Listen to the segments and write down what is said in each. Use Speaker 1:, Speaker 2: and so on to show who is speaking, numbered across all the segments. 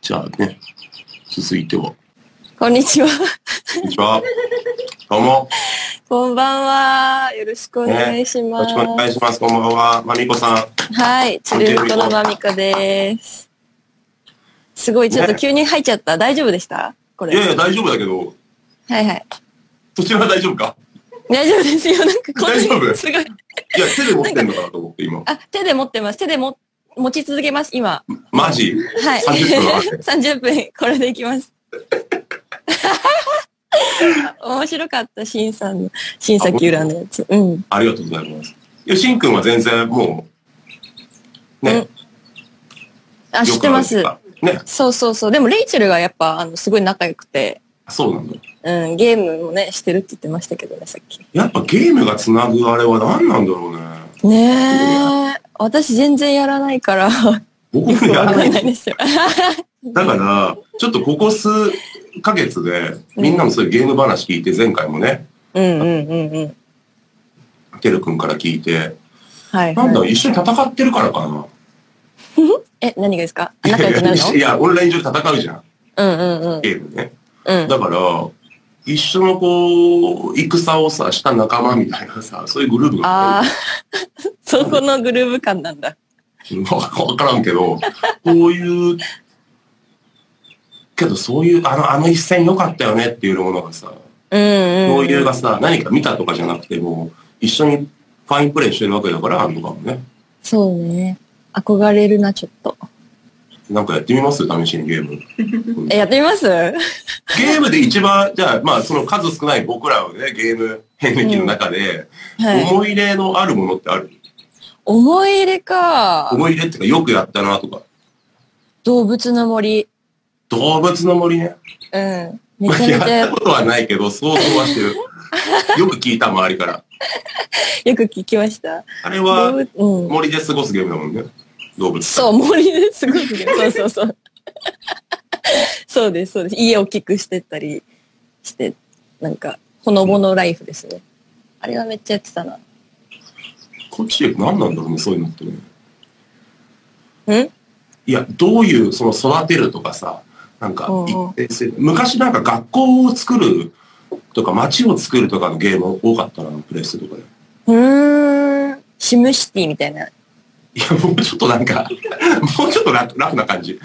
Speaker 1: じゃあね、続いては。
Speaker 2: こんにちは。
Speaker 1: こんにちは。どうも。
Speaker 2: こんばんは。よろしくお願いし
Speaker 1: よ
Speaker 2: ま
Speaker 1: ろし
Speaker 2: す。
Speaker 1: くお願いします。こんばんは。まみこさん。
Speaker 2: はい。つるっとのまみこです。すごい、ちょっと
Speaker 1: ね
Speaker 2: 急に入っちゃった。大丈夫でしたこれ。
Speaker 1: いやいや、大丈夫だけど、
Speaker 2: はいはい。
Speaker 1: そちらは大丈夫か
Speaker 2: 大丈夫ですよ。なんかこんな
Speaker 1: 大
Speaker 2: に
Speaker 1: 丈夫
Speaker 2: すごい。
Speaker 1: いや、手で持ってんのかなと思って、今。
Speaker 2: あ、手で持ってます。手でも持ち続けます、今。
Speaker 1: マジ
Speaker 2: はい。
Speaker 1: 30分ある
Speaker 2: 30分、これでいきます。 面白かった、しんさんの、しんさき裏のやつ。うん。
Speaker 1: ありがとうございます。いや、しんくんは全然もう、ね、
Speaker 2: うん
Speaker 1: よ
Speaker 2: あ、知ってます。
Speaker 1: くあるからね、
Speaker 2: そうそうそう。でも、レイチェルがやっぱ、あの、すごい仲良くて、
Speaker 1: そうなんだ。
Speaker 2: うん、ゲームもね、してるって言ってましたけどね、さっき。
Speaker 1: やっぱゲームがつなぐあれは何なんだろうね。
Speaker 2: ねえ。私全然やらない から、
Speaker 1: 僕
Speaker 2: よく
Speaker 1: もや
Speaker 2: わ
Speaker 1: ら
Speaker 2: か
Speaker 1: ない
Speaker 2: んないですよ。
Speaker 1: だから、ちょっとここ数ヶ月で、みんなのそういうゲーム話聞いて、前回もね、
Speaker 2: うんうんうんうん。
Speaker 1: てるくんから聞いて、
Speaker 2: はい、
Speaker 1: なんだろ
Speaker 2: は
Speaker 1: う、
Speaker 2: い。
Speaker 1: 一緒に戦ってるからかな。
Speaker 2: え、何がですか仲良くなる
Speaker 1: いや、オンライン上で戦うじゃん、
Speaker 2: のうんうんうん
Speaker 1: ゲームね。。
Speaker 2: うん
Speaker 1: だから、一緒のこう、戦をさ、した仲間みたいなさ、そういうグループ
Speaker 2: あ
Speaker 1: が
Speaker 2: あ、 そこのグルーヴ感なんだ。
Speaker 1: うんわわからんけ ど、こういう、けどそういう、あの、あの一戦良かったよねっていうものがさ、
Speaker 2: うんうん。
Speaker 1: 共有がさ、何か見たとかじゃなくても、一緒にファインプレーしてるわけだから、あのかもね。
Speaker 2: そうね。憧れるな、ちょっと。
Speaker 1: なんかやってみます試しにゲーム。
Speaker 2: え、やってみます
Speaker 1: ゲームで一番、じゃあ、まあ、その数少ない僕らのね、ゲーム変歴の中で、
Speaker 2: はい。
Speaker 1: 思い入れのあるものってある
Speaker 2: 思い入れか。
Speaker 1: 思い入れっていうか、よくやったなとか。
Speaker 2: 動物の森。
Speaker 1: 動物の森ね。
Speaker 2: うん。め
Speaker 1: まあ
Speaker 2: ちゃめ ちゃ
Speaker 1: やった
Speaker 2: よ
Speaker 1: ことはないけど、想像はしてる。 よく聞いた周りから。
Speaker 2: く聞きました。
Speaker 1: あれ
Speaker 2: 動
Speaker 1: は
Speaker 2: 物、うん。
Speaker 1: 森で過ごすゲームだもんね。動物。
Speaker 2: そう、森ですごいすけど、そうそうそう。そうです、そうです。家を大きくしてったりして、なんか、ほのぼのライフですね。あれはめっちゃやってたな。
Speaker 1: こっち何なんだろうね、そういうのってね。
Speaker 2: ん
Speaker 1: いや、どういう、その育てるとかさ、なんか
Speaker 2: うんうん
Speaker 1: 一定性、昔なんか学校を作るとか街を作るとかのゲーム多かったな、プレイスとかで。
Speaker 2: うーん。シムシティみたいな。
Speaker 1: いや、もうちょっとなんか、もうちょっとラフラフな感じ。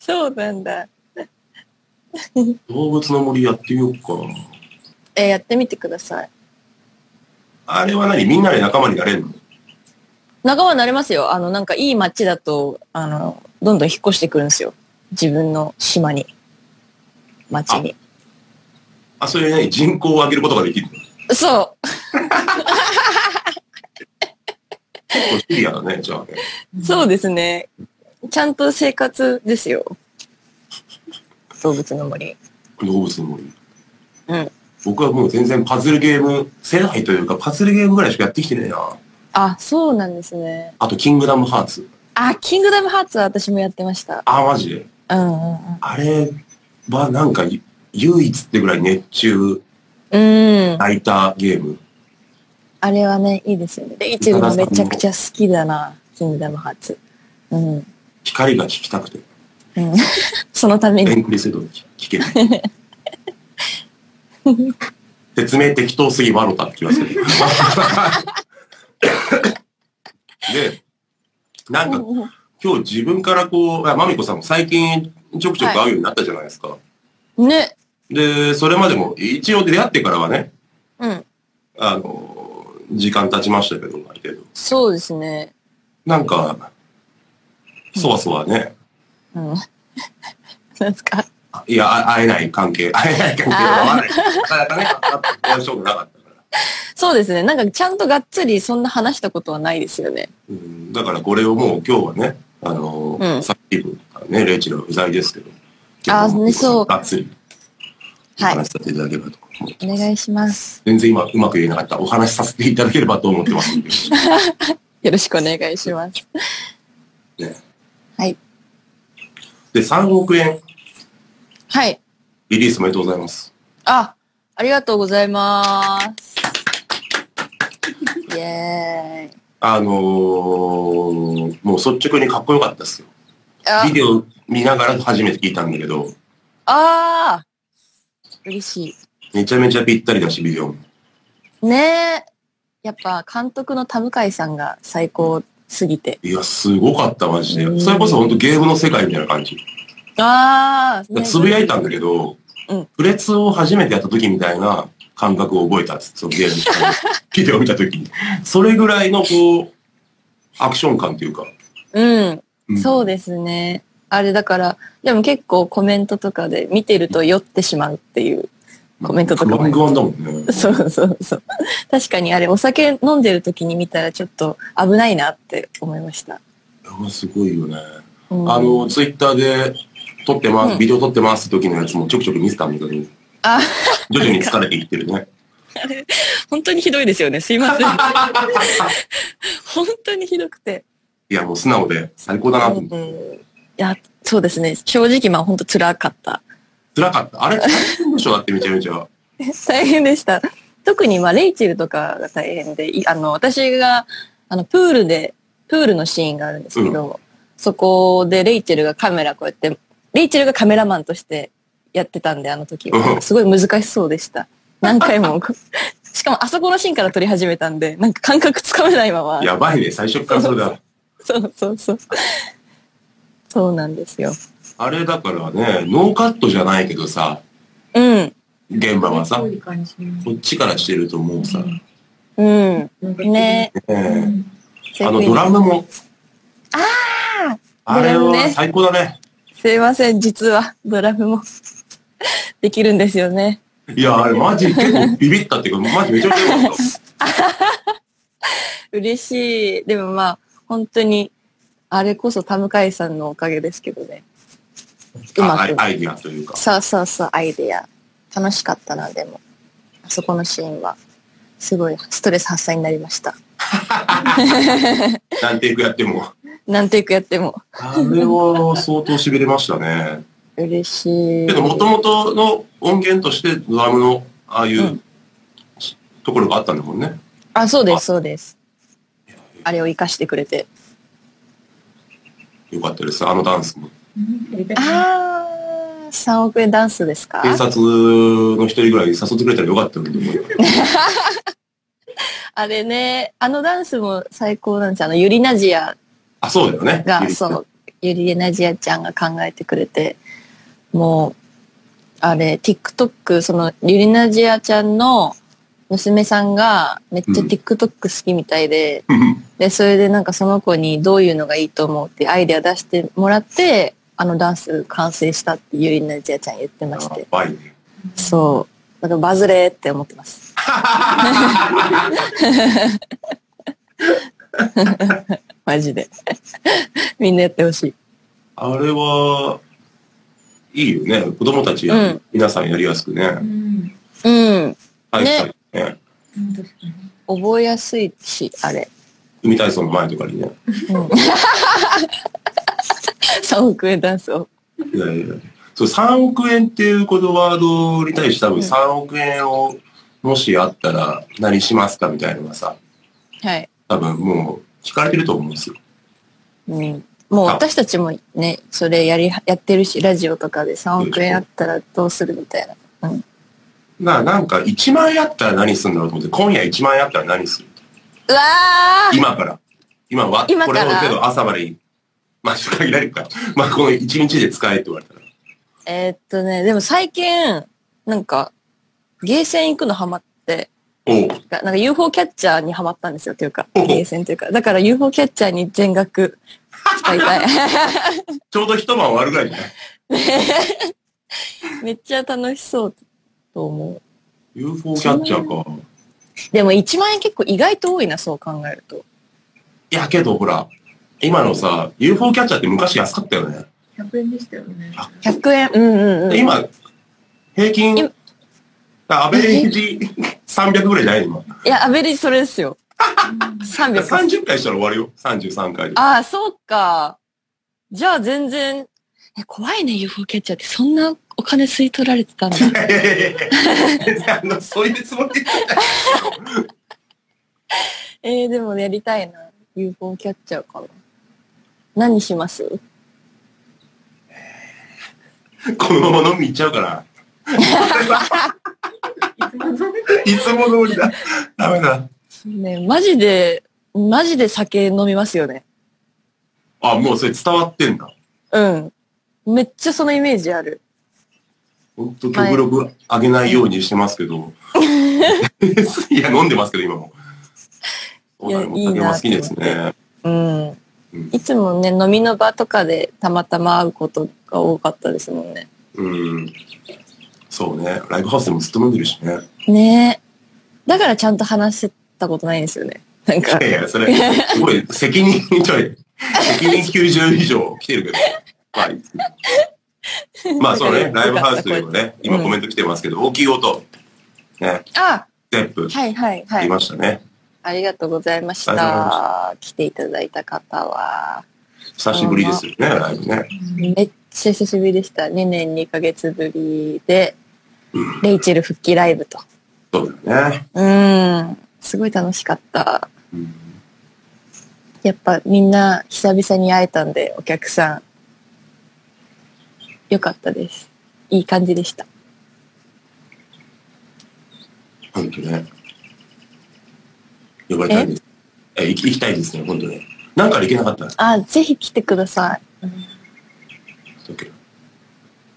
Speaker 2: そうなんだ。
Speaker 1: 動物の森やってみようかな。
Speaker 2: えーやってみてください。
Speaker 1: あれは何みんなで仲間になれるの
Speaker 2: 仲間になれますよ。あの、なんかいい街だと、あの、どんどん引っ越してくるんですよ。自分の島に。町に。
Speaker 1: あ、それね、人口を上げることができるの
Speaker 2: そ
Speaker 1: 結構シビアだね、じゃあね。
Speaker 2: う。そうですね。ちゃんと生活ですよ。動物の森。
Speaker 1: 動物の森。
Speaker 2: うん。
Speaker 1: 僕はもう全然パズルゲーム世代というか、パズルゲームぐらいしかやってきてねえな。
Speaker 2: あ、そうなんですね。
Speaker 1: あと、キングダムハーツ。
Speaker 2: あ、キングダムハーツは私もやってました。
Speaker 1: あ、マジで。
Speaker 2: うんうんうん。
Speaker 1: あれはなんかゆ唯一ってぐらい熱中
Speaker 2: うん。
Speaker 1: 泣いたゲーム。
Speaker 2: あれはね、いいですよね。レイチェルもめちゃくちゃ好きだな、キングダムハーツ。うん。 うん、
Speaker 1: 光が聞きたくて、
Speaker 2: そのため
Speaker 1: エ
Speaker 2: に。
Speaker 1: ンクリすると聞ける。説明適当すぎ笑ったって気がする。で、なんか今日自分からこう、あまみこさんも最近ちょくちょく会うようになったじゃないですか。
Speaker 2: ね。
Speaker 1: で、それまでも一応出会ってからはね、
Speaker 2: うん。
Speaker 1: あの、時間経ちましたけど、ある程度。
Speaker 2: そうですね。
Speaker 1: なんか、そわそわね、
Speaker 2: うん。なんすか
Speaker 1: いや、あ会えない関係、会えない関係が合わない。なかなかね、会うしょうがなかったから。
Speaker 2: そうですね。なんかちゃんとがっつりそんな話したことはないですよね。
Speaker 1: うん、だからこれをもう今日はね、あの、
Speaker 2: うん
Speaker 1: さっきからね、レイチェルは不在ですけど、
Speaker 2: あーねそう
Speaker 1: がっつり、お
Speaker 2: はい
Speaker 1: 話しさせていただければと思って
Speaker 2: お
Speaker 1: ます。
Speaker 2: 願いします。
Speaker 1: 全然今うまく言えなかった。お話しさせていただければと思ってますんで。
Speaker 2: よろしくお願いします。
Speaker 1: ね
Speaker 2: はい。
Speaker 1: で、3億円
Speaker 2: はい。
Speaker 1: リリースおめでとうございます。
Speaker 2: あ、ありがとうございます。イェーイ。
Speaker 1: あのーもう率直にかっこよかったですよ。
Speaker 2: あ
Speaker 1: ビデオ見ながら初めて聞いたんだけど、
Speaker 2: あー嬉し
Speaker 1: めちゃめちゃぴったりだし、ビデオも。
Speaker 2: い。ねえ。やっぱ監督の田向さんが最高すぎて。
Speaker 1: いや、すごかった、マジ
Speaker 2: う
Speaker 1: で。
Speaker 2: ん
Speaker 1: それこそ本当ゲームの世界みたいな感じ。
Speaker 2: ああ、
Speaker 1: つぶやいたんだけど、
Speaker 2: うん
Speaker 1: プレツを初めてやった時みたいな感覚を覚えたんです。そのゲームの ビデオを見た時に。それぐらいのこう、アクション感というか。
Speaker 2: うん。そう
Speaker 1: で
Speaker 2: ですね。あれだから、でも結構コメントとかで見てると酔ってしまうっていう。コメントとかも
Speaker 1: ロングワンだも んね。
Speaker 2: そうそうそう。確かにあれお酒飲んでる時に見たらちょっと危ないなって思いました。
Speaker 1: いやすごいよね。
Speaker 2: うん
Speaker 1: あの、ツイッターで撮ってま
Speaker 2: うん
Speaker 1: す、ビデオ撮ってますって時のやつもちょくちょく見せたんだけど、
Speaker 2: あ
Speaker 1: 徐々に疲れていってる ね。
Speaker 2: 本当にひどいですよね。すい ません。本当にひどくて。
Speaker 1: いや、もう素直で最高だなと思って。
Speaker 2: うんいや、そうですね。正直まあ本当辛かった。
Speaker 1: 辛かった。あれ大変でしょだってめちゃめちゃ。
Speaker 2: 大変でした。特にまあレイチェルとかが大変で、いあの、私が、あの、プールで、プールのシーンがあるんですけど、そこでレイチェルがカメラこうやって、レイチェルがカメラマンとしてやってたんで、あの時
Speaker 1: う
Speaker 2: は。
Speaker 1: ん
Speaker 2: すごい難しそうでした。何回も こう。しかもあそこのシーンから撮り始めたんで、なんか感覚つかめないまま。
Speaker 1: やばいね、最初からそれだ。
Speaker 2: そうそうそう。そうなんですよ。
Speaker 1: あれだからね、ノーカットじゃないけどさ、
Speaker 2: うん。
Speaker 1: 現場はさ
Speaker 3: そう、いう感じ
Speaker 1: こっちからしてるともうさ、ね
Speaker 2: うん。
Speaker 3: なんか
Speaker 2: ね
Speaker 1: え
Speaker 3: うん
Speaker 1: あのドラムも。ああれ
Speaker 2: ドラム
Speaker 1: は
Speaker 2: ね
Speaker 1: 最高だね。
Speaker 2: すいません、実はドラムも できるんですよね。
Speaker 1: いや、あれマジ結構ビビったっていうか、マジめちゃめちゃ良かっ
Speaker 2: 嬉しい。でもまあ、本当に、あれこそ田向さんのおかげですけどね。う
Speaker 1: た。あ
Speaker 2: ま
Speaker 1: ア イ
Speaker 2: く。
Speaker 1: アイディアというか。
Speaker 2: そうそうそう、アイディア。楽しかったな、でも。あそこのシーンは。すごいストレス発散になりました。
Speaker 1: 何テイクやっても。
Speaker 2: 何テイクやっても。
Speaker 1: あれは相当痺れましたね。
Speaker 2: 嬉しい。
Speaker 1: けど、もともとの音源としてドラムのああいう、
Speaker 2: うん
Speaker 1: ところがあったんだもんね。
Speaker 2: あ、そうです、そうです。あれを活かしてくれて。
Speaker 1: よかったです。あのダンスも。
Speaker 3: うんやりたいな
Speaker 2: あー、3億円ダンスですか
Speaker 1: 警察の一人ぐらい誘ってくれたらよかったのに。
Speaker 2: あれね、あのダンスも最高なんですよ。あの、ユリナジア
Speaker 1: あ、そうだよね。
Speaker 2: が、そ。の、ユリナジアちゃんが考えてくれて、もう、あれ、TikTok、その、ユリナジアちゃんの娘さんが、めっちゃ
Speaker 1: うん
Speaker 2: TikTok 好きみたいで、で、それでなんかその子にどういうのがいいと思うってアイデア出してもらって、あのダンス完成したってユリナジアちゃん言ってまし
Speaker 1: や
Speaker 2: て、
Speaker 1: ばいね。
Speaker 2: そう、なんかバズれーって思ってます。 マジで。みんなやってほしい。
Speaker 1: あれは、いいよね。子供たちや、
Speaker 2: うん
Speaker 1: 皆さんやりやすくね
Speaker 3: う。ん
Speaker 2: うん。
Speaker 1: 体育館ね。
Speaker 3: うん確かに
Speaker 2: 覚えやすいし、あれ。
Speaker 1: 海体操の前とかにね。
Speaker 2: うん、3億円ダンスを。
Speaker 1: いやいやそう、3億円っていうこのワードに対して多分
Speaker 2: うん
Speaker 1: 3億円を、もしあったら何しますかみたいなのがさ、
Speaker 2: はい。
Speaker 1: 多分もう聞かれてると思うんですよ。
Speaker 2: うん。もう私たちもね、それやり、やってるし、ラジオとかで3億円あったらどうするみたいな。
Speaker 1: な、なんか1万円あったら何するんだろうと思って、今夜1万円あったら何する
Speaker 2: うわー
Speaker 1: 今から。今は、
Speaker 2: 今
Speaker 1: こ
Speaker 2: か
Speaker 1: れ
Speaker 2: ら
Speaker 1: をけど朝までに、まあ、ちょっと限られるか。まあ、この1日で使えって言われたら。
Speaker 2: えーっとね、でも最近、なんか、ゲーセン行くのハマって、
Speaker 1: おう
Speaker 2: なんか UFO キャッチャーにハマったんですよ、というか、
Speaker 1: おお
Speaker 2: ゲーセンというか。だから UFO キャッチャーに全額 使いたい。
Speaker 1: ちょうど一晩終わるぐらいじゃない
Speaker 2: めっちゃ楽しそうと思う。
Speaker 1: ?UFO キャッチャーか。
Speaker 2: でも1万円結構意外と多いな、そう考えると。
Speaker 1: いや、けどほら、今のさ、UFO キャッチャーって昔安かったよね。
Speaker 3: 100円でしたよね
Speaker 1: あ
Speaker 2: 100円、うんうんうん。
Speaker 1: 今、平均
Speaker 2: 今、
Speaker 1: アベレージ300ぐらいじゃない今。
Speaker 2: いや、アベレージそれですよ。300。
Speaker 1: 30回したら終わるよ。33回で。
Speaker 2: ああ、そうか。じゃあ全然、え怖いね、UFO キャッチャーって。そんなお金吸い取られてたんだ。
Speaker 1: いやいやいやいや 全然あのそういうつもりで言ってない
Speaker 2: えー、でもやりたいな。UFO キャッチャーかな。何します
Speaker 1: このまま飲みに行っちゃうから。
Speaker 3: いつも通り
Speaker 1: いつも通りだ。ダメだ。
Speaker 2: ね、マジで、マジで酒飲みますよね。
Speaker 1: あ、もうそれ伝わってんだ。
Speaker 2: うん。めっちゃそのイメージある。
Speaker 1: ほんと極力上げないようにしてますけ ど。い、や、飲んでますけど、今も。
Speaker 2: いや
Speaker 1: お酒も好きです
Speaker 2: いい
Speaker 1: ね。
Speaker 2: うん
Speaker 1: うん。
Speaker 2: いつもね、飲みの場とかでたまたま会うことが多かったですもんね。
Speaker 1: うん。そうね。ライブハウスでもずっと飲んでるしね。
Speaker 2: ねえ。だからちゃんと話せたことないんですよね。なんか
Speaker 1: い。やいや、それ、すごい、責任、ちょい、責任90以上来てるけど。まあ、まあ、そう ね、ライブハウスというかね、今コメント来てますけど、大きい音、ね、
Speaker 2: あ、
Speaker 1: ステップ、
Speaker 2: はいはいはいい。
Speaker 1: ましたね。
Speaker 2: ありがとうございまし
Speaker 1: ありがとうござい
Speaker 2: た。来ていただいた方は。
Speaker 1: 久しぶりですよね、ライブね。
Speaker 2: めっちゃ久しぶりでした。2年2ヶ月ぶりで、
Speaker 1: うん、
Speaker 2: レイチェル復帰ライブと。
Speaker 1: そうだよね。
Speaker 2: うん。すごい楽しかった。
Speaker 1: うん
Speaker 2: やっぱみんな久々に会えたんで、お客さん。よかったです。いい感じでした。
Speaker 1: 本当ね。呼ばれたいです。え、行き行きたいですね、本当ね。なんかで行けなかったんです
Speaker 2: あ、ぜひ来てください。
Speaker 3: うん
Speaker 1: だっけ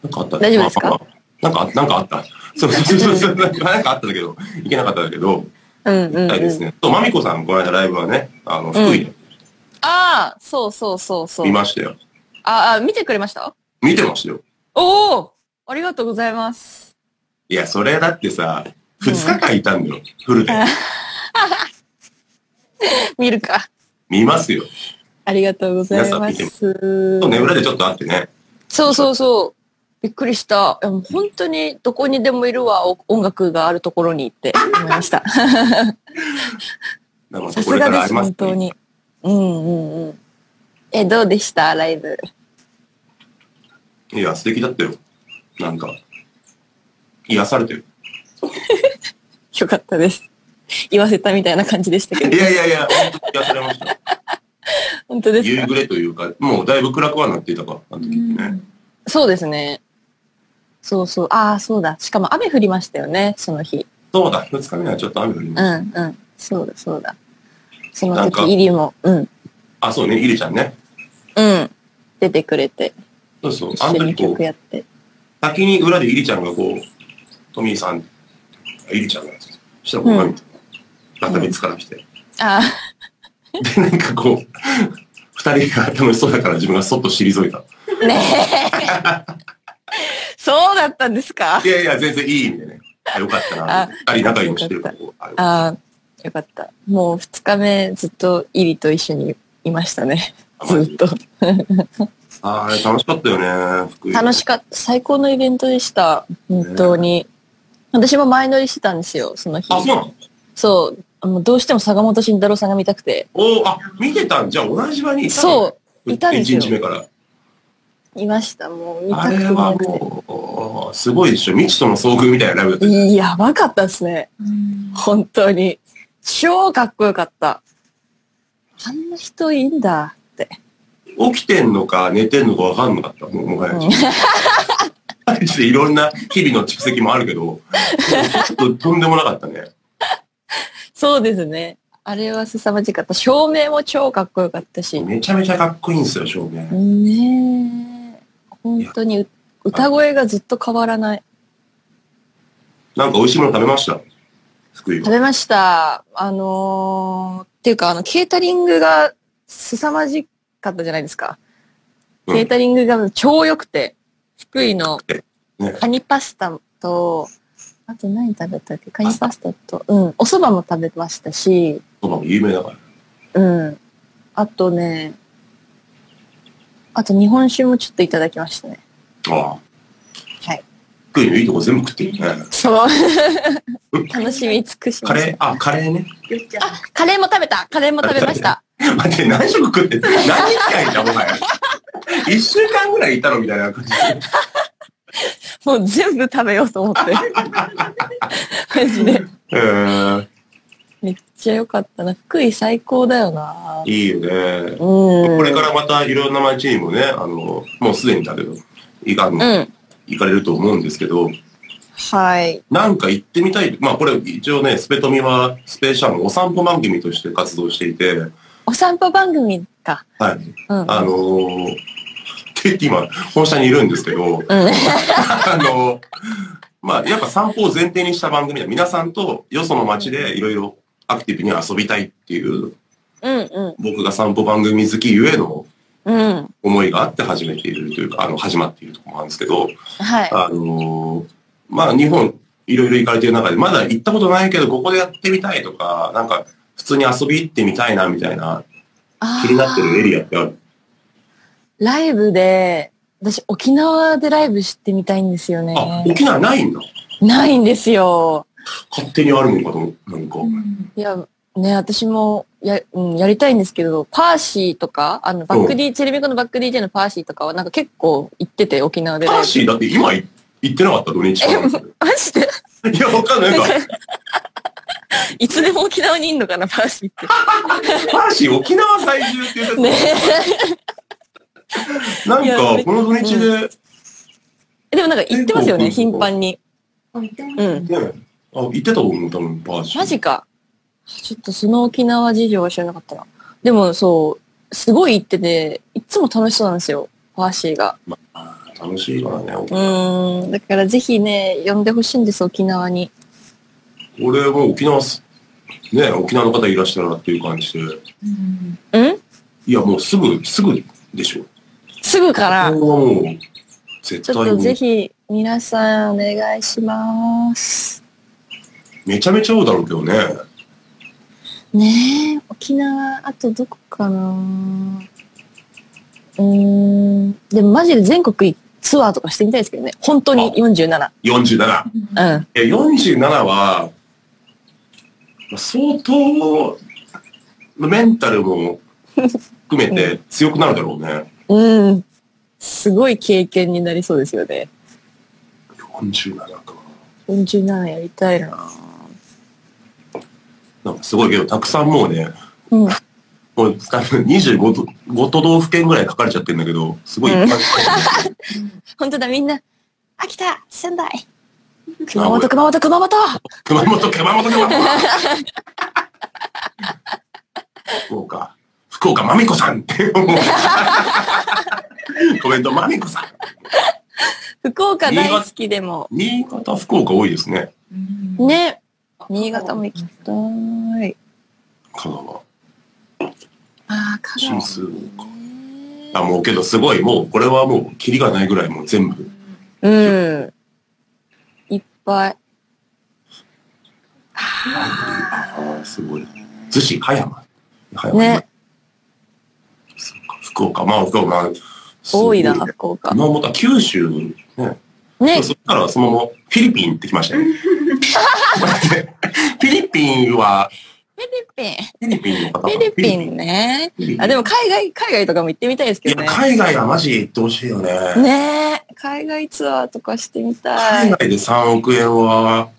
Speaker 1: なんかあった。
Speaker 2: 大丈夫ですか
Speaker 1: まあまあまあなんか、なんかあった。そうそうそう そう。なんかあったんだけど、行けなかったんだけど、
Speaker 2: うんうん、
Speaker 1: 行きたいで
Speaker 2: う
Speaker 1: す
Speaker 2: ん。
Speaker 1: ね。そう、まみこさん、この間ライブはね、あの、福井で
Speaker 2: ああ、そうそうそうそう
Speaker 1: 見。ましたよ。
Speaker 2: ああ、見てくれました
Speaker 1: 見てましたよ。
Speaker 2: おおありがとうございます。
Speaker 1: いや、それだってさ、
Speaker 2: うん
Speaker 1: 2日間いたんだよ、フルで。
Speaker 2: 見るか。
Speaker 1: 見ますよ。
Speaker 2: ありがとうございます。
Speaker 1: とね、裏でちょっとあってね。
Speaker 2: そうそうそう。びっくりした。いやもう本当にどこにでもいるわ、お音楽があるところにって思いま した。
Speaker 1: なんか
Speaker 2: さ
Speaker 1: こ
Speaker 2: す
Speaker 1: れ
Speaker 2: が
Speaker 1: から
Speaker 2: で
Speaker 1: あり
Speaker 2: す、
Speaker 1: ます
Speaker 2: 本当に。うんうんうん。え、どうでしたライブ。
Speaker 1: いや、素敵だったよ。なんか、癒されてる。
Speaker 2: よかったです。言わせたみたいな感じでしたけ
Speaker 1: い
Speaker 2: ど。
Speaker 1: やいやいや、本当に癒されま した。
Speaker 2: 本当です
Speaker 1: 夕
Speaker 2: か
Speaker 1: 暮れというか、もうだいぶ暗くはなっていたか、あの時ってね。
Speaker 2: そうですね。そうそう。ああ、そうだ。しかも雨降りましたよね、その日。
Speaker 1: そうだ、二日目はちょっと雨降り
Speaker 2: う
Speaker 1: ま
Speaker 2: ん
Speaker 1: し
Speaker 2: うん。そうだそうだ。その
Speaker 1: なん
Speaker 2: 時
Speaker 1: か、
Speaker 2: イリも、うん。
Speaker 1: た。あ、そうね、ゆりちゃんね。
Speaker 2: うん。出てくれて、
Speaker 1: そうそう。
Speaker 2: 一
Speaker 1: あの
Speaker 2: 緒に
Speaker 1: 時こ
Speaker 2: 曲
Speaker 1: う、
Speaker 2: やって。
Speaker 1: 先に裏でゆりちゃんがこう、トミーさん、あゆりちゃんが、したらこう、
Speaker 2: うん
Speaker 1: みたいな。また見つから来て。
Speaker 2: ああ。
Speaker 1: で、 なんかこう、二人が楽しそうだから自分がそっと退いた。
Speaker 2: ねえ。そうだったんですか
Speaker 1: いやいや、全然いい意味でね。あよかったな
Speaker 2: あ。
Speaker 1: 二人仲良くしてるから。あよかっ
Speaker 2: ああ、よかった。もう二日目ずっとイリと一緒にいましたね。
Speaker 1: た
Speaker 2: ずっと。
Speaker 1: ああれ楽しかったよね、福井。
Speaker 2: 楽
Speaker 1: し
Speaker 2: しかった。最高のイベントでした。本当に。私も前乗りしてたんですよ、その日。
Speaker 1: あ、そうなの
Speaker 2: そう。あのどうしても坂本慎太郎さんが見たくて。
Speaker 1: おお、あ、見てたんじゃあ同じ場にいた。
Speaker 2: そういたんですよ
Speaker 1: 1日目から。
Speaker 2: う、いました。もう見た
Speaker 1: あ
Speaker 2: くて
Speaker 1: れ
Speaker 2: 見
Speaker 1: は
Speaker 2: たくて。
Speaker 1: もう、すごいでしょ。未知との遭遇みたいなライブだった。
Speaker 2: いややばかったですね。
Speaker 3: うん
Speaker 2: 本当に。超かっこよかった。あんな人いいんだって。
Speaker 1: 起きてんのか寝てんのか分かんな かった。もうもはや。
Speaker 2: うん
Speaker 1: マジでいろんな日々の蓄積もあるけ ど、ちょっととんでもなかったね。
Speaker 2: そうですね。あれは凄まじかった。照明も超かっこよかったし。ね
Speaker 1: めちゃめちゃかっこいいんですよ、照明。
Speaker 2: え。本当にう歌声がずっと変わらない。
Speaker 1: なんか美味しいもの食べました。福井
Speaker 2: 食
Speaker 1: は。
Speaker 2: べました。あのー、っていうか、あの、ケータリングが凄まじかったじゃないですか。
Speaker 1: うん
Speaker 2: ケータリングが超良くて、福井の
Speaker 1: ね
Speaker 2: カニパスタと、あと何食べたっけカニパスタと、うん、お蕎麦も食べましたし、
Speaker 1: そばも有名だから。
Speaker 2: うん。あとね、あと日本酒もちょっといただきましたね。
Speaker 1: ああ。
Speaker 2: はい。
Speaker 1: 福井のいいとこ全部食ってるね。
Speaker 2: そう。 楽しみ尽くしま
Speaker 1: カ
Speaker 2: した。
Speaker 1: レー、あ、カレーね。
Speaker 3: よっちゃん
Speaker 2: カレーも食べた。カレーも食べました。
Speaker 1: 待って、何食食って、何日間いたもはや。一週間ぐらいいたのみたいな感じ。
Speaker 2: もう全部食べようと思って。マジで。
Speaker 1: えー、
Speaker 2: めっちゃ良かったな。福井最高だよな。
Speaker 1: いいよね。
Speaker 2: うん。
Speaker 1: こ
Speaker 2: こ
Speaker 1: れからまたいろんな街にもね、あの、もうすでにだけど、いかん
Speaker 2: うん。
Speaker 1: い行かれると思うんですけど、
Speaker 2: はい。
Speaker 1: なんか行ってみたい。まあこれ一応ね、スペトミはスペシャルのお散歩番組として活動していて、
Speaker 2: お散歩番組か。
Speaker 1: はい。
Speaker 2: うん。
Speaker 1: あのー、って今、本社にいるんですけど、
Speaker 2: うん。
Speaker 1: あのー、まあやっぱ散歩を前提にした番組で皆さんとよその街でいろいろアクティブに遊びたいっていう、
Speaker 2: うん
Speaker 1: 僕が散歩番組好きゆえの
Speaker 2: うん。うん。
Speaker 1: 思いがあって始めているというか、あの、始まっているところもあるんですけど、
Speaker 2: はい。
Speaker 1: あのーまあ日本いろいろ行かれてる中で、まだ行ったことないけど、ここでやってみたいとか、なんか普通に遊び行ってみたいなみたいな
Speaker 2: あー
Speaker 1: 気になってるエリアってある。
Speaker 2: ライブで、私沖縄でライブしてみたいんですよね。
Speaker 1: あ、沖縄ないんだ。
Speaker 2: ないんですよ。
Speaker 1: 勝手にあるのかと思う。なんか。
Speaker 2: いや、ね、私もや,、うん、やりたいんですけど、パーシーとか、あの、バック D、チェルミコのバック DJ のパーシーとかはなんか結構行ってて、沖縄で
Speaker 1: パ
Speaker 2: ライ
Speaker 1: ーシーだって今い行ってなかった土日かなんかで
Speaker 2: ブ。マジ
Speaker 1: い
Speaker 2: で
Speaker 1: や、わかんない。なんか
Speaker 2: いつでも沖縄にいんのかな、パーシーって。
Speaker 1: パーシー沖縄在住って言ってた
Speaker 2: ね
Speaker 1: なん
Speaker 2: い
Speaker 1: か
Speaker 2: や
Speaker 1: この土日で、
Speaker 2: え。でもなんか行ってますよね、
Speaker 1: 結構
Speaker 2: 頻繁に。
Speaker 3: あ、行ってます
Speaker 2: う
Speaker 3: ね
Speaker 2: ん。
Speaker 1: ね、あ行ってたと思う、多分パーシー。
Speaker 2: マジか。ちょっとその沖縄事情は知らなかったな。でもそう、すごい行ってて、いつも楽しそうなんですよ、パーシーが。
Speaker 1: あー楽しいからね。
Speaker 2: うーん、だからぜひね、呼んでほしいんです、沖縄に。
Speaker 1: 俺も沖縄す、ね、沖縄の方いらっしゃるなっていう感じで。
Speaker 3: うん
Speaker 2: ん
Speaker 1: いや、もうすぐ、すぐでしょ。
Speaker 2: すぐから。
Speaker 1: これはもう、
Speaker 2: ち
Speaker 1: 絶
Speaker 2: ょっ
Speaker 1: 対
Speaker 2: とぜ
Speaker 1: に、
Speaker 2: ひ、皆さんお願いします。
Speaker 1: めちゃめちゃ合うだろうけどね。
Speaker 2: ねえ、沖縄、あとどこかなうーん、でもマジで全国ツアーとかしてみたいですけどね。本当に47。
Speaker 1: 47。
Speaker 2: うん。
Speaker 1: え、47は、まあ相当、メンタルも含めて強くなるだろうね。
Speaker 2: うん。すごい経験になりそうですよね。
Speaker 1: 47か。
Speaker 2: 47やりたいな
Speaker 1: なんかすごいけど、たくさんもうね、
Speaker 2: うん。
Speaker 1: もう多分25都5都道府県ぐらい書かれちゃってるんだけど、すごいいっぱい書かれてる。
Speaker 2: 本当だ、みんな。秋田、仙台。熊本、熊本、熊本
Speaker 1: 熊本、熊本、熊本。福岡、福岡、まみこさんって。コメント、まみこさ
Speaker 2: 福岡大好きでも。
Speaker 1: ん。新潟、福岡多いですね。
Speaker 3: うん
Speaker 2: ね。新潟も行きたい。
Speaker 1: 香川。
Speaker 2: ああ、香川
Speaker 1: そうそう
Speaker 2: ね。
Speaker 1: あ、もうけどすごい、もうこれはもう、キリがないぐらいもう全部。
Speaker 2: うん。いっぱい。あ
Speaker 1: あーすごい。逗子、葉山。葉
Speaker 2: あ。
Speaker 1: 山。
Speaker 2: ね。
Speaker 1: そうか福岡、まあ福岡、まあす
Speaker 2: 多
Speaker 1: ごね
Speaker 2: いな、福岡。
Speaker 1: 熊本は九州にね、
Speaker 2: ね。
Speaker 1: そしたらそのままフィリピン行ってきました ね。待ってフィリピンは、
Speaker 2: フィ
Speaker 1: フィ
Speaker 2: リピン。
Speaker 1: リピンの方
Speaker 2: フィリピンね。あ、で
Speaker 1: も、
Speaker 2: も海外、海外とかも行ってみたいです
Speaker 1: い
Speaker 2: け
Speaker 1: や、
Speaker 2: どね。
Speaker 1: 海外はマジで行ってほしいよね。
Speaker 2: ねえ。海外ツアーとかしてみた
Speaker 1: 海
Speaker 2: い。
Speaker 1: 外で3億円は、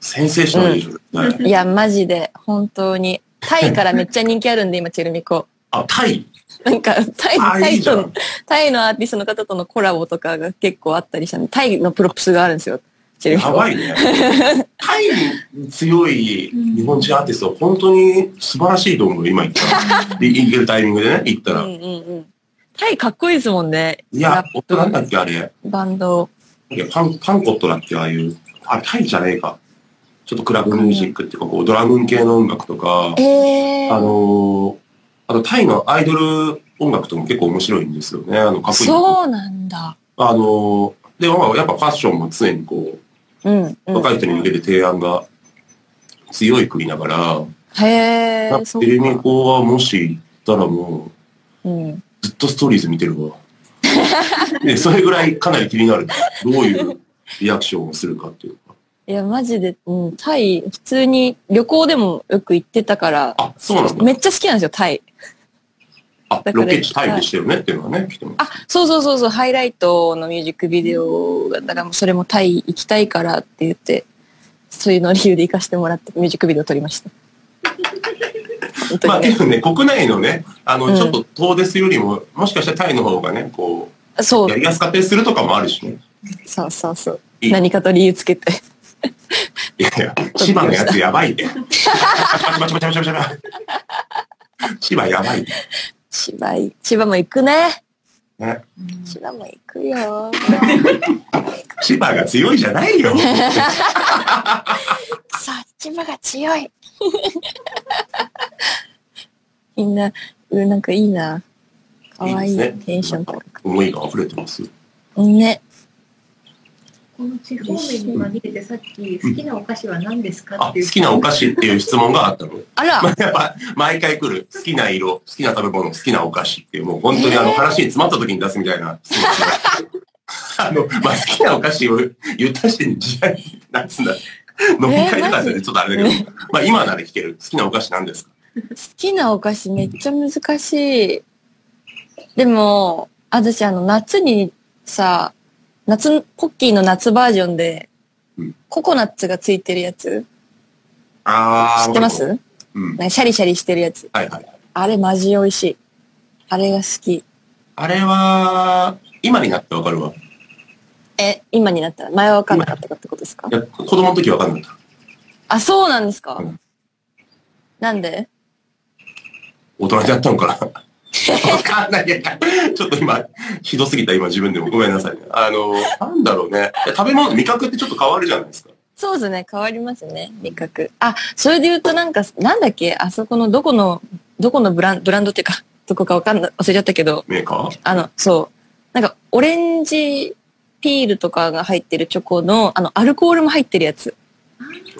Speaker 1: センセーショナルでしょ、絶対
Speaker 2: いや、マジで、本当に。タイからめっちゃ人気あ るんで、今、チェルミコ。
Speaker 1: あ、タイ
Speaker 2: なんか、タイ、
Speaker 1: あ、
Speaker 2: タ
Speaker 1: いい
Speaker 2: イ
Speaker 1: じゃ
Speaker 2: との
Speaker 1: ん。
Speaker 2: タイのアーティストの方とのコラボとかが結構あったりしたんで、タイのプロップスがあるんですよ。チェルミ
Speaker 1: や
Speaker 2: コ。
Speaker 1: ばい ね。タイに強い日本人アーティスト、本当に素晴らしいと思うよ、今行ったら。 で行けるタイミングでね、行った
Speaker 2: うん
Speaker 1: ら。
Speaker 2: うんうん。タイかっこいいですもんね。
Speaker 1: いや
Speaker 2: ラ、
Speaker 1: 夫なんだっけ、あれ。
Speaker 2: バンド。
Speaker 1: いや、パン、パンコットだっけ、ああいう。あ、タイじゃねえか。ちょっとクラブミュージックっていうか、こう、ドラムン系の音楽とか。
Speaker 2: ええ
Speaker 1: あのーあとタイのアイドル音楽とかも結構面白いんですよね。あの、かっこいい。
Speaker 2: そうなんだ。
Speaker 1: あのーで、まあ、やっぱファッションも常にこ
Speaker 2: うん、う
Speaker 1: う、
Speaker 2: ん。
Speaker 1: 若い人に向けて提案が強い国だから、
Speaker 2: へえ
Speaker 1: なんか
Speaker 2: そう
Speaker 1: テレミ
Speaker 2: か。
Speaker 1: コはもし行ったらも
Speaker 2: うん。
Speaker 1: う、ずっとストーリーズ見てる わ。で、それぐらいかなり気になる。どういうリアクションをするかっていうか。
Speaker 2: いや、マジで、うん、タイ、普通に旅行でもよく行ってたから、
Speaker 1: あ、そうなん
Speaker 2: め
Speaker 1: だ。
Speaker 2: っちゃ好きなんですよ、タイ。
Speaker 1: あ、
Speaker 2: だから
Speaker 1: ロケ地タイでしてるねっていうのはね、来ても。
Speaker 2: あ、そうそうそうそう、ハイライトのミュージックビデオが、だからもうそれもタイ行きたいからって言って、そういうの理由で行かせてもらって、ミュージックビデオ撮りました。本
Speaker 1: ま
Speaker 2: 当
Speaker 1: あ、
Speaker 2: に
Speaker 1: け
Speaker 2: ね。
Speaker 1: どね、国内のね、あ
Speaker 2: う
Speaker 1: の、
Speaker 2: ん
Speaker 1: ちょっと遠出するよりも、もしかしたらタイの方がね、こう、
Speaker 2: そう
Speaker 1: や、りやすかったりするとかもあるしね。
Speaker 2: そうそうそう。
Speaker 1: いい
Speaker 2: 何かと理由つけて。
Speaker 1: いやいや、千葉のやつや ばいね。バチバチバチバチバチバチ千葉やばいね。
Speaker 2: 千葉い、千葉も行くね。
Speaker 1: ね
Speaker 2: 千葉も行くよ。
Speaker 1: 千葉が強いじゃない よ。
Speaker 2: さあ、千葉が強い。 みんな、うん、なんかいいな。かわい
Speaker 1: いい
Speaker 2: い。
Speaker 1: ですね
Speaker 2: テンション高く
Speaker 1: 思いが溢れてます。
Speaker 2: て。ね。
Speaker 3: この地方面が見ててさっき好きなお菓子は何ですか
Speaker 1: あ、
Speaker 3: っ
Speaker 1: 好
Speaker 3: ていう。
Speaker 1: きなお菓子っていう質問があった の。
Speaker 2: あら、
Speaker 1: まあ、やっぱ、毎回来る、好きな色、好きな食べ物、好きなお菓子っていう、もう本当にあの、話に詰まった時に出すみたいな質問ですね。 あの、まあ、好きなお菓子を言った時点で時代に、なんつうんだ、飲み会とかですよね、ちょっとあれだけど、まあ、今なら聞ける、好きなお菓子なんですか
Speaker 2: 好きなお菓子めっちゃ難しい。でも、私あの夏にさ、夏、ポッキーの夏バージョンで
Speaker 1: うん、
Speaker 2: ココナッツがついてるやつ
Speaker 1: あー
Speaker 2: 知ってますなん
Speaker 1: うん。
Speaker 2: かシャリシャリしてるやつ。
Speaker 1: はいはい。
Speaker 2: あれマジ美味しい。あれが好き。
Speaker 1: あれは、今になってわかるわ。
Speaker 2: え、今になったら前は分かんなかったってことですか
Speaker 1: いや、子供の時わかんなかった。
Speaker 2: あ、そうなんですか、
Speaker 1: うん
Speaker 2: なんで
Speaker 1: 大人になったのかなわかんない。いやいや、ちょっと今、ひどすぎた、今自分でも。ごめんなさいね。あの、なんだろうね。いや食べ物、味覚ってちょっと変わるじゃないですか。
Speaker 2: そうですね、変わりますね、味覚。あ、それで言うとなんか、なんだっけ、あそこのどこの、どこのブランブランドっていうか、 どこかわかんない、忘れちゃったけど、
Speaker 1: メーカー
Speaker 2: あの、そう、なんか、オレンジピールとかが入ってるチョコの、あの、アルコールも入ってるやつ。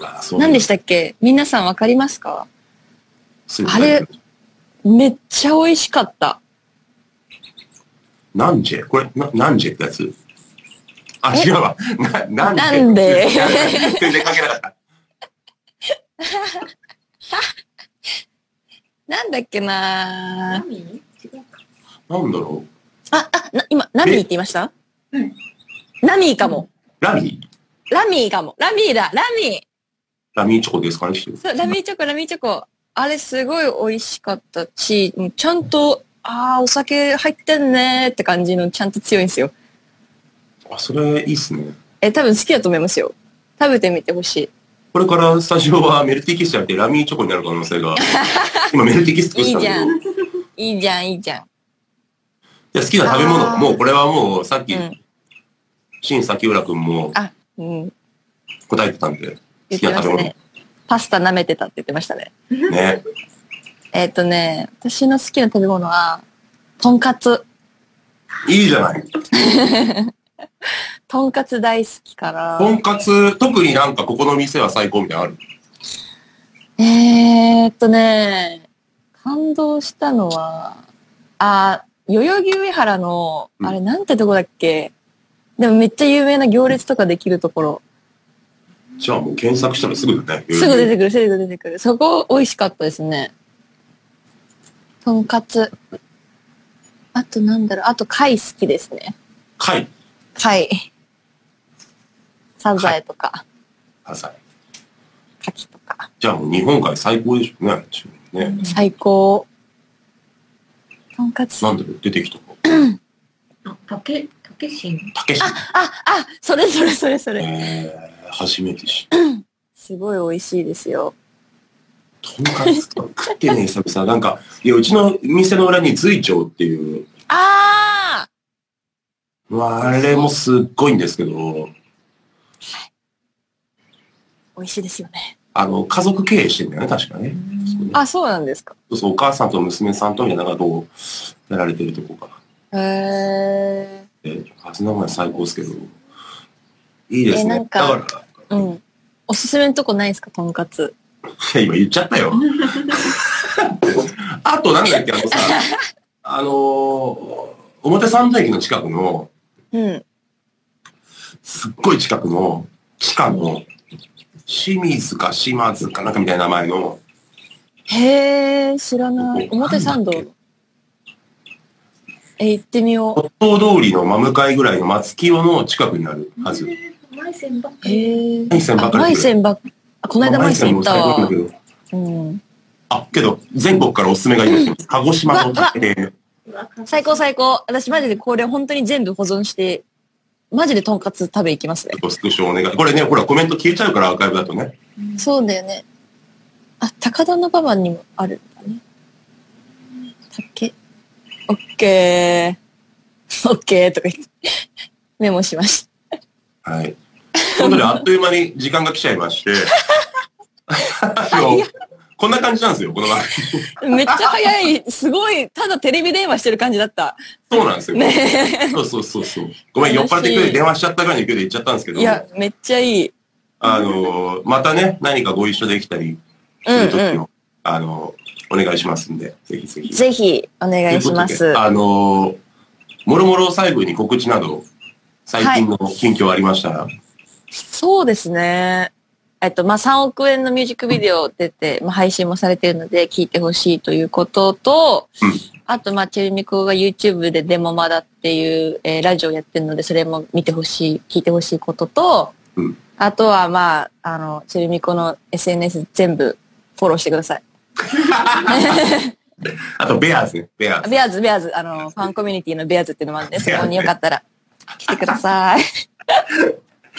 Speaker 1: あそう
Speaker 2: 何でしたっけ皆さんわかりますか
Speaker 1: すいま
Speaker 2: あ
Speaker 1: せん
Speaker 2: れ、めっちゃ美味しかった。
Speaker 1: なんじこれ、な、なんじってやつあ、
Speaker 2: え
Speaker 1: 違うわ。な、な
Speaker 2: なん
Speaker 1: ん
Speaker 2: で
Speaker 1: で全然関係なかった。
Speaker 2: なんだっけな
Speaker 3: 何違うか。
Speaker 1: なんだろう。
Speaker 2: あ、あ、な今、ナミーって言いました
Speaker 3: うん
Speaker 2: ナミーかも。
Speaker 1: ラミー
Speaker 2: ラミーかも。ラミーだ。ラミ
Speaker 1: ラミーチョコですかね
Speaker 2: ー。そう、ラミーチョコ、ラミーチョコ。あれすごい美味しかったし、もうちゃんと、ああ、お酒入ってんねーって感じのちゃんと強いんですよ。
Speaker 1: あ、それいいっすね。
Speaker 2: え、多分好きだと思いますよ。食べてみてほしい。
Speaker 1: これからスタジオはメルティーキッシュじゃなくてラミーチョコになる可能性 が。今メルティーキッシュ作ってたんだけど。
Speaker 2: いいいいじゃん、いいじゃ
Speaker 1: い
Speaker 2: ん。
Speaker 1: や好きな食べ
Speaker 2: あ
Speaker 1: 物、
Speaker 2: ー
Speaker 1: もうこれはもうさっき
Speaker 2: う、ん。
Speaker 1: 新崎浦くんも
Speaker 2: あ、うん。
Speaker 1: 答えてたんで、好
Speaker 2: 言
Speaker 1: き
Speaker 2: って
Speaker 1: な
Speaker 2: ま
Speaker 1: 食
Speaker 2: す
Speaker 1: べ
Speaker 2: ね。パスタ舐めてたって言ってましたね。
Speaker 1: 物。ね。
Speaker 2: えっ、とね、私の好きな食べ物は、とんかつ。
Speaker 1: いいじゃない。
Speaker 2: とんかつ大好きから。
Speaker 1: とんかつ、特になんかここの店は最高みたいなのある。
Speaker 2: えーっとね、感動したのは、あ、代々木上原の、
Speaker 1: うん
Speaker 2: あれなんてとこだっけ、でもめっちゃ有名な行列とかできるところ。
Speaker 1: じゃあもう検索したらすぐだね。
Speaker 2: すぐ出てくる、すぐ出てくる。そこ美味しかったですね。とんかつ。あとなんだろう、あと貝好きですね。
Speaker 1: 貝。
Speaker 2: 貝。サザエとか、
Speaker 1: あさ
Speaker 2: カキとか。
Speaker 1: じゃあもう日本海最高でしょうね。ね。
Speaker 2: 最高。とんかつ。
Speaker 1: な
Speaker 2: あ、
Speaker 1: んだろう、出てきた。
Speaker 3: あ、たけ、たけしん。
Speaker 1: たけし。
Speaker 2: あ、それそれそれそれ。
Speaker 1: えー、初めてし。
Speaker 2: すごい美味しいですよ。
Speaker 1: とんかつとか食ってね、久々。なんか、いや、うちの店の裏に随町っていう、
Speaker 2: ああ
Speaker 1: まああれもすっごいんですけど、
Speaker 2: 美味しいですよね。
Speaker 1: あの、家族経営してんだよね、確かね。
Speaker 2: あ、そうなんですか。
Speaker 1: そうそう、お母さんと娘さんとみたいなのがどうやられてるとこか。
Speaker 2: へえ。
Speaker 1: え、初名古屋最高ですけど。いいですね。
Speaker 2: えな
Speaker 1: だ
Speaker 2: ん
Speaker 1: か
Speaker 2: かうん。おすすめのとこないですか、とんかつ。
Speaker 1: ら、いや今言っちゃった よ。あと、なんだっけ、あのさ、あのー表参道駅の近くの、
Speaker 2: うん。
Speaker 1: すっごい近くの、地下の、清水か島津かなんかみたいな名前の、
Speaker 2: へえ、知らない。
Speaker 1: ここ
Speaker 2: 表参道
Speaker 1: なんだ。
Speaker 2: え、行ってみよ
Speaker 1: 骨董通りの真向かいぐらいの松清の近くにあるはず。
Speaker 3: 前線ばっ
Speaker 2: う。
Speaker 3: かり。
Speaker 2: へえ。
Speaker 1: マイセンばっ
Speaker 2: あ、
Speaker 1: かり
Speaker 2: マイセンばっあこの間マイセン行った
Speaker 1: まあマイセンも最高なんだ
Speaker 2: わ
Speaker 1: け。ど
Speaker 2: うん。
Speaker 1: あ、けど、全国からおすすめがいます。鹿児島の家庭。
Speaker 3: うわ
Speaker 2: 最高最高。私マジでこれ本当に全部保存してマジでとんかつ食べ行きますね
Speaker 1: ちょ。っとスクショお願い。これね、ほら、コメント消えちゃうから、アーカイブだとね。
Speaker 2: そうだよね。あ、高田馬場にもあるんだね。竹。オッケー。オッケーとか言って、メモしました。
Speaker 1: はい。ということで、あっという間に時間が来ちゃいま して。あのこんな感じなんですよ、この番組。
Speaker 2: めっちゃ早い、すごい、ただテレビ電話してる感じだった。
Speaker 1: そうなんですよ。
Speaker 2: ね
Speaker 1: そうそうそうそう。ごめん、
Speaker 2: 楽しい
Speaker 1: 酔っ払ってくれて電話しちゃったからに勢いで言っちゃったんですけど
Speaker 2: い、や、めっちゃいい。
Speaker 1: あの、またね、何かご一緒できたりす
Speaker 2: う
Speaker 1: るときを、
Speaker 2: んう
Speaker 1: あの、お願いしますんで、ぜひぜひ。
Speaker 2: ん。ぜひ、お願いしま
Speaker 1: という
Speaker 2: す。
Speaker 1: ことであの、もろもろ最後に告知など、最近の近況ありましたら、
Speaker 2: そうですね。えっと、まあ、3億円のミュージックビデオ出て、まあ、配信もされてるので、聞いてほしいということと、
Speaker 1: うん
Speaker 2: あと、まあ、チェルミコが YouTube でデモマダっていう、えーラジオやってるので、それも見てほしい、聞いてほしいことと、
Speaker 1: うん
Speaker 2: あとは、まあ、あの、チェルミコの SNS 全部フォローしてく ださい。
Speaker 1: あと、ベアーズね、ベアーズ。
Speaker 2: ベアーズ、ベアーズ、あの、ファンコミュニティのベアーズっていうのもある んで、そこによかったら来てください。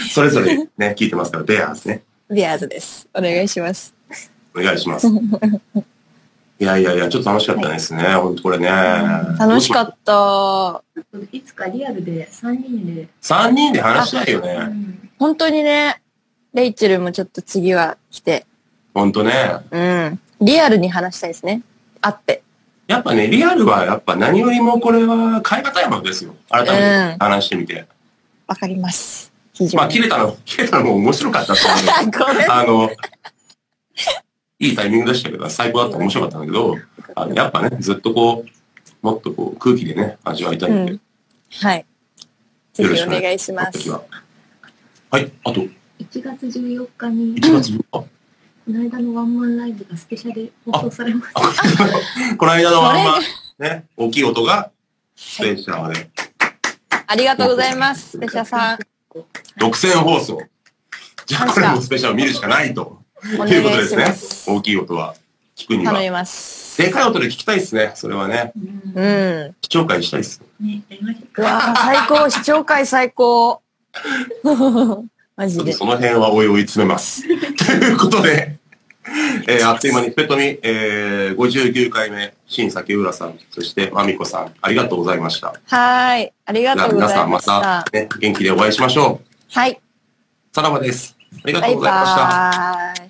Speaker 1: それぞれね、聞いてますから、ベアーズね。
Speaker 2: ベアーズです。お願いします。
Speaker 1: お願いし ます。いやいやいや、ちょっと楽しかったですね、本当これね。
Speaker 2: 楽しかった。
Speaker 3: いつかリアルで三人で。
Speaker 1: 3人で話したいよ
Speaker 3: う
Speaker 1: ね。
Speaker 3: ん
Speaker 2: 本当にね、レイチェルもちょっと次は来て、
Speaker 1: ほんとね。
Speaker 2: うん。リアルに話したいですね。会って。
Speaker 1: やっぱね、リアルはやっぱ何よりもこれは買い難いものですよ。改め
Speaker 2: うん
Speaker 1: て話してみて。
Speaker 2: わかります。非常
Speaker 1: まあ、
Speaker 2: に。
Speaker 1: 切れたの、切れたのも面白かったと思うんで
Speaker 2: ごめん。
Speaker 1: あの、いいタイミングでしたけど、最高だった面白かったんだけど、あのやっぱね、ずっとこう、もっとこう空気でね、味わいたいんで、
Speaker 2: うんはい。ぜ
Speaker 1: よろ
Speaker 2: ひ
Speaker 1: し
Speaker 2: お
Speaker 1: くね
Speaker 2: 願いし
Speaker 1: あ
Speaker 2: ま
Speaker 1: の時
Speaker 2: す。
Speaker 1: は。はい、あと、1
Speaker 3: 1月14日に、こ
Speaker 1: 月4日。
Speaker 3: の間のワンマンライブがスペシャルで放送されます。
Speaker 1: この間のワンマン、ね、大きい音が、スペシャルで、
Speaker 2: ありがとうございます。ペシャさん、
Speaker 1: 独占放送。じゃあ、これもスペシャルを見るしかないと。
Speaker 2: お
Speaker 1: ということ
Speaker 2: 願い
Speaker 1: で
Speaker 2: し
Speaker 1: す
Speaker 2: ま
Speaker 1: ね。
Speaker 2: す。
Speaker 1: 大きい音は聞くに
Speaker 2: 頼
Speaker 1: は。
Speaker 2: みます。
Speaker 1: でかい音で聞きたいですね。それはね。
Speaker 3: うん
Speaker 2: うん。う
Speaker 1: 視聴会したいです。
Speaker 3: ね、やりましょうか
Speaker 2: わー最高、視聴会最 高。
Speaker 1: ちょ
Speaker 2: マジ
Speaker 1: っと
Speaker 2: で。
Speaker 1: その辺はおいおい詰め ます。ということで、えーあっという間に、ペトミ、えー、59回目、新崎浦さん、そしてまみこさん、ありがとうございました。
Speaker 2: はーい。ありが
Speaker 1: じゃあ
Speaker 2: とうご
Speaker 1: 皆
Speaker 2: ざ
Speaker 1: さ
Speaker 2: い
Speaker 1: ん
Speaker 2: ま
Speaker 1: ま
Speaker 2: したた。、
Speaker 1: ね、元気でお会いしましょう。
Speaker 2: はい。
Speaker 1: さらばです。ありが
Speaker 2: バ
Speaker 1: と
Speaker 2: イ
Speaker 1: うございました。
Speaker 2: バーイ。